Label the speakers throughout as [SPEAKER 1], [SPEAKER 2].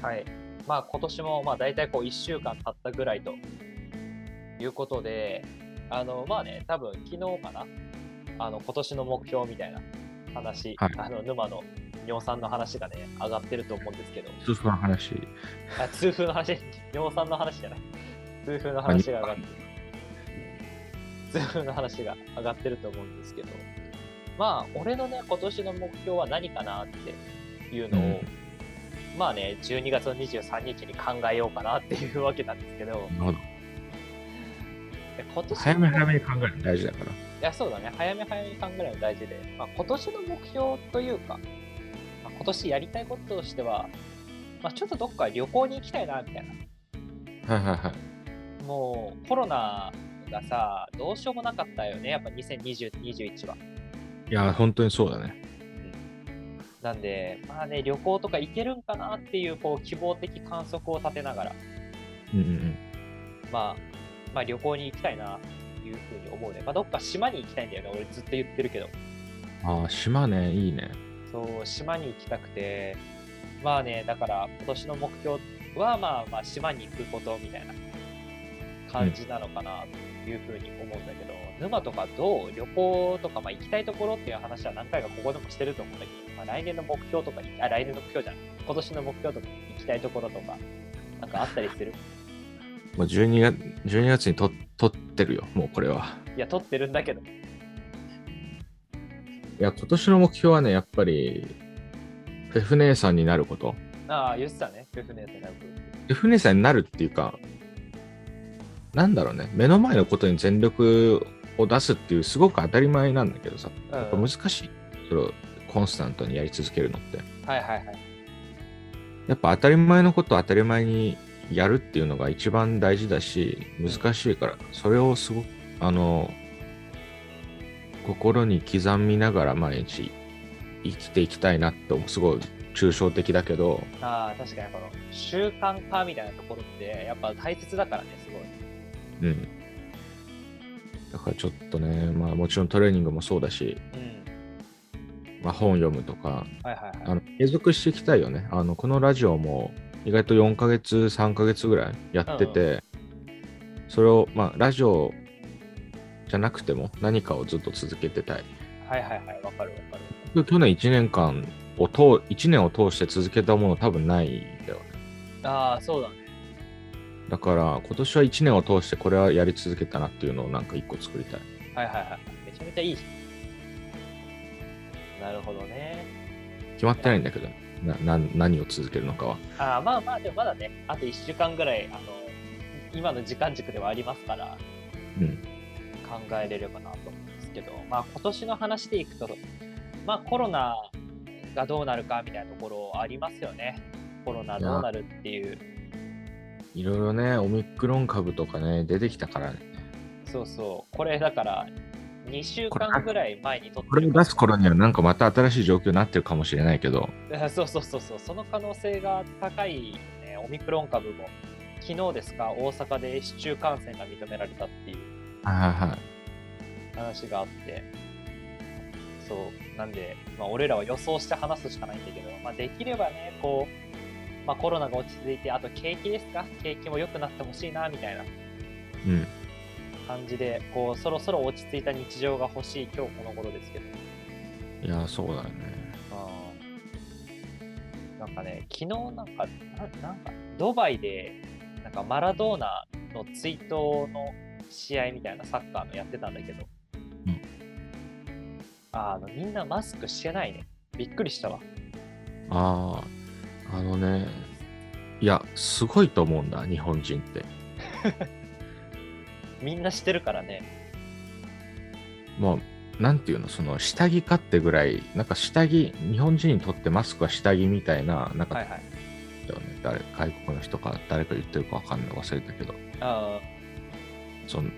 [SPEAKER 1] はいまあ、今年もまあ大体こう1週間経ったぐらいということで、あのまあね、多分昨日かな、あの今年の目標みたいな話、
[SPEAKER 2] はい
[SPEAKER 1] あの沼の尿酸の話がね、上がってると思うんですけど、
[SPEAKER 2] 通風の話。
[SPEAKER 1] あ痛風の話、尿酸の話じゃない、痛風の話が上がって痛風の話が上がってると思うんですけど、まあ、俺のね、今年の目標は何かなっていうのを、
[SPEAKER 2] うん
[SPEAKER 1] まあね、12月の23日に考えようかなっていうわけなんですけど、
[SPEAKER 2] なるほど。
[SPEAKER 1] で今年
[SPEAKER 2] 早め早めに考えるの大事だから。
[SPEAKER 1] いや、そうだね。早め早めに考えるのが大事で、まあ、今年の目標というか、まあ、今年やりたいこととしては、まあ、ちょっとどっか旅行に行きたいな、みたいな。
[SPEAKER 2] はいはいはい。
[SPEAKER 1] もう、コロナがさ、どうしようもなかったよね。やっぱ2020、21は。
[SPEAKER 2] いや、本当にそうだね。
[SPEAKER 1] なんで、まあね、旅行とか行けるんかなっていう、こう、希望的観測を立てながら、
[SPEAKER 2] うんうんうん。
[SPEAKER 1] まあ、まあ、旅行に行きたいな、というふうに思うね。まあ、どっか島に行きたいんだよね。俺ずっと言ってるけど。
[SPEAKER 2] ああ、島ね、いいね。
[SPEAKER 1] そう、島に行きたくて、まあね、だから今年の目標は、まあまあ、島に行くことみたいな感じなのかなというふうに思うんだけど、沼とかどう旅行とか、まあ、行きたいところっていう話は何回かここでもしてると思うんだけど、まあ、来年の目標とか、あ、来年の目標じゃない、今年の目標とか、行きたいところとか、なんかあったりする
[SPEAKER 2] もう12月 ,12 月にと撮ってるよ、もうこれは。
[SPEAKER 1] いや、撮ってるんだけど、
[SPEAKER 2] いや、今年の目標はね、やっぱり、フェフ姉さんになること。
[SPEAKER 1] ああ、言ってたね、夫婦のやつね。
[SPEAKER 2] フェフ姉さんになるっていうか、なんだろうね、目の前のことに全力を出すっていう、すごく当たり前なんだけどさ、
[SPEAKER 1] うん、
[SPEAKER 2] やっぱ難しい。それをコンスタントにやり続けるのって。
[SPEAKER 1] はいはいはい。
[SPEAKER 2] やっぱ当たり前のことを当たり前にやるっていうのが一番大事だし難しいから、それをすごくあの心に刻みながら毎日生きていきたいなってすごい抽象的だけど
[SPEAKER 1] ああ、確かにこの習慣化みたいなところって、やっぱ大切だからね、すごい。
[SPEAKER 2] うんだからちょっとねまあもちろんトレーニングもそうだし、
[SPEAKER 1] うん。
[SPEAKER 2] まあ、本読むとか
[SPEAKER 1] はいはいは
[SPEAKER 2] あ
[SPEAKER 1] い。
[SPEAKER 2] の継続していきたいよねあのこのラジオも意外と4ヶ月3ヶ月ぐらいやってて、それをまあラジオじゃなくても何かをずっと続けてたい
[SPEAKER 1] はいはいはい。わかるわかる。
[SPEAKER 2] 去年1年間を通1年を通して続けたもの多分ないんだよね
[SPEAKER 1] ああ、そうだね。
[SPEAKER 2] だから今年は1年を通してこれはやり続けたなっていうのをなんか1個作りたい
[SPEAKER 1] はいはいはい。めちゃめちゃいいじゃん。なるほどね。
[SPEAKER 2] 決まってないんだけどなな何を続けるのかは
[SPEAKER 1] ああ、まあまあ、でもまだね、あと1週間ぐらい、あの、今の時間軸ではありますから、
[SPEAKER 2] うん
[SPEAKER 1] 考えれればなと思うんですけど、まあ今年の話でいくと、まあコロナがどうなるかみたいなところありますよね。コロナどうなるっていう。
[SPEAKER 2] いろいろねオミクロン株とかね出てきたからね
[SPEAKER 1] そうそう。これだから、2週間ぐらい前に撮って
[SPEAKER 2] これを出す頃にはなんかまた新しい状況になってるかもしれないけど
[SPEAKER 1] あ そうそうそうそう、その可能性が高い、ね、オミクロン株も、昨日ですか、大阪で市中感染が認められたっていう
[SPEAKER 2] はいはいはい。
[SPEAKER 1] 話があって、そう、なんで、まあ、俺らは予想して話すしかないんだけど、まあ、できればね、こう、まあ、コロナが落ち着いて、あと景気ですか、景気も良くなってほしいな、みたいな
[SPEAKER 2] うん。
[SPEAKER 1] 感じで、こう、そろそろ落ち着いた日常が欲しい、今日この頃ですけど。
[SPEAKER 2] いや、そうだよね。
[SPEAKER 1] うんなんかね、昨日なんか、ななんかドバイでなんかマラドーナの追悼の試合みたいなサッカーのやってたんだけど、
[SPEAKER 2] うん
[SPEAKER 1] あのみんなマスクしてないね。びっくりしたわ。
[SPEAKER 2] ああ、あのね、いや、すごいと思うんだ、日本人って。
[SPEAKER 1] みんなしてるからね。
[SPEAKER 2] もう、なんていうの、その、下着かってぐらい、なんか下着、日本人にとってマスクは下着みたいな、なんか、
[SPEAKER 1] はいはい。
[SPEAKER 2] だよね、誰外国の人か、誰か言ってるかわかんない、忘れたけど、
[SPEAKER 1] あ
[SPEAKER 2] その、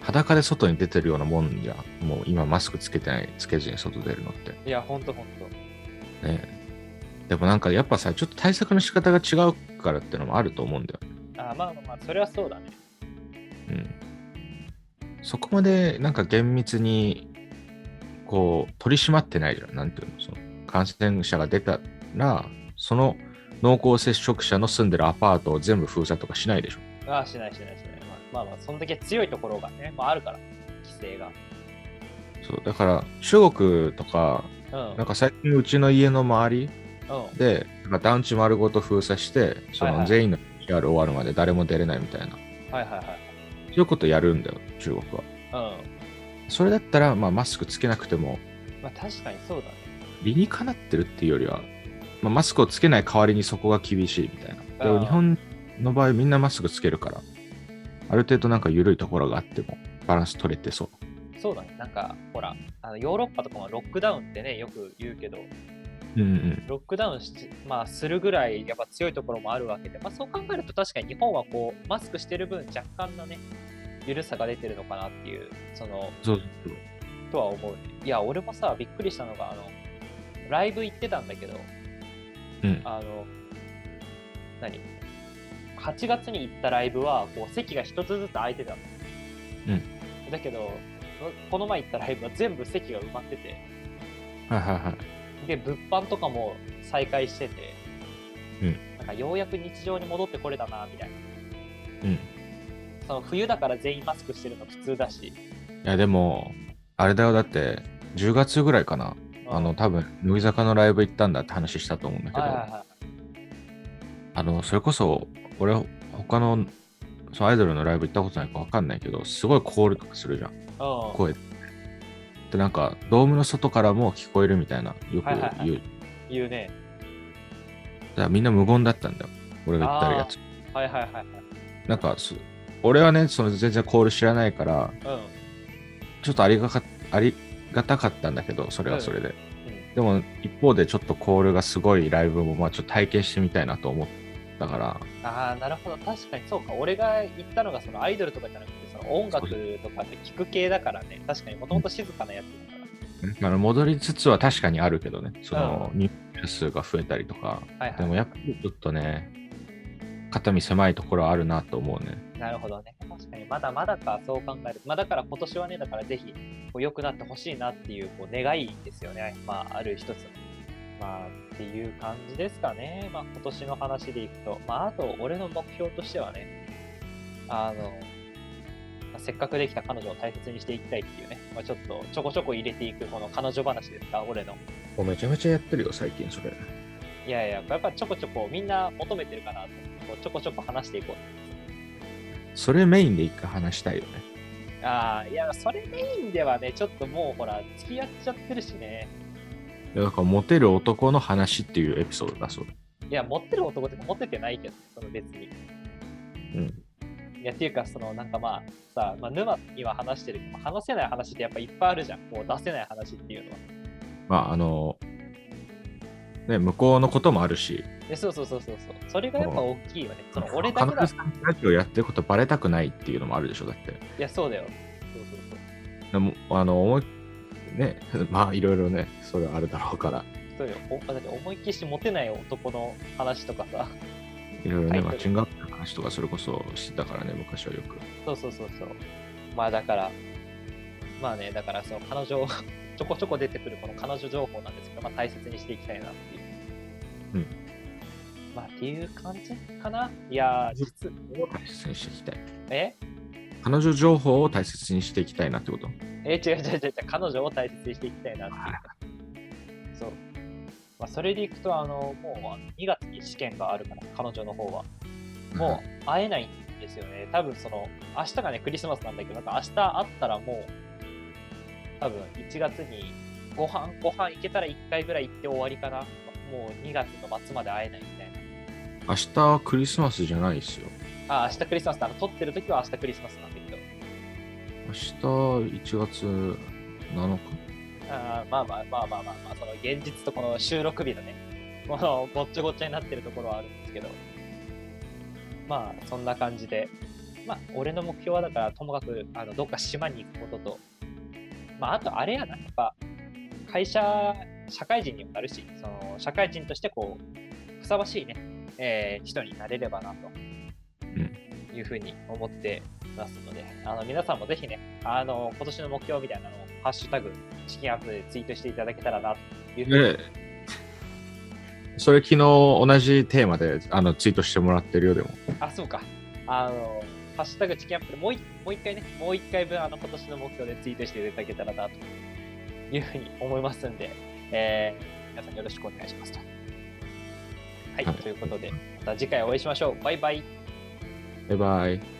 [SPEAKER 2] 裸で外に出てるようなもんじゃん、もう今マスクつけてない、つけずに外出るのって。
[SPEAKER 1] ーいや、ほんとほんと。
[SPEAKER 2] ねでもなんかやっぱさ、ちょっと対策の仕方が違うからってのもあると思うんだよね。
[SPEAKER 1] あーまあまあまあ、それはそうだね。
[SPEAKER 2] うん。そこまでなんか厳密にこう取り締まってないじゃん。なんていうのその感染者が出たら、その濃厚接触者の住んでるアパートを全部封鎖とかしないでしょ。
[SPEAKER 1] ああ、しないしないしない。まあまあ、まあ、そんだけ強いところがね、まああるから、規制が。
[SPEAKER 2] そうだから中国とか、
[SPEAKER 1] うん。
[SPEAKER 2] なんか最近うちの家の周り
[SPEAKER 1] うん、
[SPEAKER 2] で、なんか団地丸ごと封鎖して、そ
[SPEAKER 1] はいは
[SPEAKER 2] の
[SPEAKER 1] い
[SPEAKER 2] 全員の PR 終わるまで誰も出れないみたいな、
[SPEAKER 1] はいは
[SPEAKER 2] そういうことやるんだよ、中国は。
[SPEAKER 1] いはい。
[SPEAKER 2] それだったら、まあ、マスクつけなくても、
[SPEAKER 1] うん。まあ確かにそうだね。
[SPEAKER 2] 理にかなってるっていうよりは、まあ、マスクをつけない代わりにそこが厳しいみたいな。で
[SPEAKER 1] あ
[SPEAKER 2] も
[SPEAKER 1] ー
[SPEAKER 2] 日本の場合、みんなマスクつけるから、ある程度なんか緩いところがあっても、バランス取れてそう。
[SPEAKER 1] そうだね。なんか、ほら、あのヨーロッパとかもロックダウンってね、よく言うけど、
[SPEAKER 2] うんうん。
[SPEAKER 1] ロックダウンし、まあ、するぐらいやっぱ強いところもあるわけで、まあ、そう考えると確かに日本はこうマスクしてる分若干のね緩さが出てるのかなっていうその
[SPEAKER 2] そう
[SPEAKER 1] とは思ういや俺もさびっくりしたのがあのライブ行ってたんだけど
[SPEAKER 2] うん。
[SPEAKER 1] あの何8月に行ったライブはこう席が1つずつ空いてたの、だけどこの前行ったライブは全部席が埋まってて
[SPEAKER 2] はいはいはい。
[SPEAKER 1] で物販とかも再開してて、
[SPEAKER 2] うん
[SPEAKER 1] なんかようやく日常に戻ってこれたなみたいな
[SPEAKER 2] うん。い
[SPEAKER 1] その冬だから全員マスクしてるの普通だし
[SPEAKER 2] や、でも、あれだよ、だって、10月ぐらいかな。あの、多分、乃木坂のライブ行ったんだって話したと思うんだけど、
[SPEAKER 1] はいはいは
[SPEAKER 2] あの、それこそ、俺、他の、そのアイドルのライブ行ったことないかわかんないけど、すごいコールとかするじゃん、
[SPEAKER 1] いうん
[SPEAKER 2] 声。で、なんか、ドームの外からも聞こえるみたいな、よく言う。
[SPEAKER 1] はいはいはい言うね
[SPEAKER 2] だからみんな無言だったんだよ、俺が言ったやつ。
[SPEAKER 1] はいはいはいはい
[SPEAKER 2] なんかす、俺はね、その全然コール知らないか
[SPEAKER 1] う
[SPEAKER 2] ら、
[SPEAKER 1] ん
[SPEAKER 2] ちょっとありがかありがたかったんだけど、それはそれで。
[SPEAKER 1] うん
[SPEAKER 2] でも、一方で、ちょっとコールがすごいライブも、まあ、ちょっと体験してみたいなと思ったから、
[SPEAKER 1] ああなるほど確かにそうか俺が言ったのがそのアイドルとかじゃなくてその音楽とかで聞く系だからね確かにもともと静かなやつだか
[SPEAKER 2] あの戻りつつは確かにあるけどね、その入居者数が増えたりとか、
[SPEAKER 1] らはい
[SPEAKER 2] で
[SPEAKER 1] は
[SPEAKER 2] もやっぱりちょっとね、肩身狭いところはあるなと思うね。
[SPEAKER 1] いなるほどね確かにまだまだかそう考えるとまあだから今年はねだからぜひこう良くなってほしいなっていうこう願いですよねまあある一つのまあっていう感じですかねまあ今年の話でいくとまああと俺の目標としてはねあのまあせっかくできた彼女を大切にしていきたいっていうね、まあ、ちょっとちょこちょこ入れていくこの彼女話ですか、俺の。
[SPEAKER 2] めちゃめちゃやってるよ、最近それ。
[SPEAKER 1] いやいや、やっぱちょこちょこみんな求めてるかなと、こうちょこちょこ話していこ
[SPEAKER 2] それメインで一回話したいよね。
[SPEAKER 1] う。ああ、いや、それメインではね、ちょっともうほら、付き合っちゃってるしね。
[SPEAKER 2] いやだから、モテる男の話っていうエピソードだそう。
[SPEAKER 1] いや、持ってる男って持っててないけど、その別に。
[SPEAKER 2] うん。
[SPEAKER 1] いや、っていうか、そのなんかまあ、さ、まあ、沼には話してるけど、話せない話ってやっぱいっぱいあるじゃん。こう出せない話っていうのは。
[SPEAKER 2] まあ、あの、ね、向こうのこともあるし、
[SPEAKER 1] でそうそうそうそうそう。それがやっぱ大きいよね。その俺だ
[SPEAKER 2] 彼
[SPEAKER 1] けだ。
[SPEAKER 2] 女
[SPEAKER 1] い
[SPEAKER 2] さんラジオやってることバレたくないっていうのもあるでしょ、だって。
[SPEAKER 1] や、そうだよ。そうそうそう。
[SPEAKER 2] でもあの、思い、ね、 まあ、いろいろね、それはあるだろうから。
[SPEAKER 1] そうよ。おだって思いっきりしてモテない男の話とかさ。
[SPEAKER 2] いろいろ
[SPEAKER 1] タイトル
[SPEAKER 2] ね、マッチングアプリの話とかそれこそしてたからね、昔はよく。
[SPEAKER 1] そうそうそうそう。まあだから、まあね、だからその彼女、 ちょこちょこ出てくるこの彼女情報なんですけど、まあ大切にしていきたいなっていう。
[SPEAKER 2] うん。
[SPEAKER 1] まあっていう感じかな。いやー、実、
[SPEAKER 2] 大切にしていきたい。
[SPEAKER 1] え
[SPEAKER 2] 彼女情報を大切にしていきたいなってこと。
[SPEAKER 1] え、違う違う違う違う、彼女を大切にしていきたいなっていう。そう。まあそれでいくと、あの、もうあの2月に試験があるから、彼女の方は。もう会えないんですよね。多分その、明日がね、クリスマスなんだけど、なんか明日会ったらもう、多分1月にご飯、ご飯行けたら1回ぐらい行って終わりかな。もう2月の末まで会えないみたいな。
[SPEAKER 2] うん明日はクリスマスじゃないですよ。
[SPEAKER 1] あ、明日クリスマスだ。あの撮ってる時は明日クリスマスなんだけど。
[SPEAKER 2] 明日1月7日。
[SPEAKER 1] あーまあまあまあまあまあ、まあ、その現実とこの収録日のね、このごっちゃごっちゃになってるところはあるんですけど、まあそんな感じで、まあ俺の目標はだからともかくあのどっか島に行くことと、まああとあれやな、やっぱ会社、社会人にもなるし、その社会人としてこう、ふさわしいね、えー人になれればなと。いうふうに思ってますので、あの皆さんもぜひね、あの今年の目標みたいなのを、ハッシュタグ、チキンアップでツイートしていただけたらなというふうに、
[SPEAKER 2] で、それ昨日同じテーマであのツイートしてもらってるよでも。
[SPEAKER 1] あ、そうか。あの、ハッシュタグチキンアップでもういもう一回ね、もう一回分、あの、今年の目標でツイートしていただけたらな、というふうに思いますんで、えー皆さんよろしくお願いしますと。はい、
[SPEAKER 2] はい
[SPEAKER 1] ということで、また次回お会いしましょう。バイバイ。
[SPEAKER 2] バイバイ。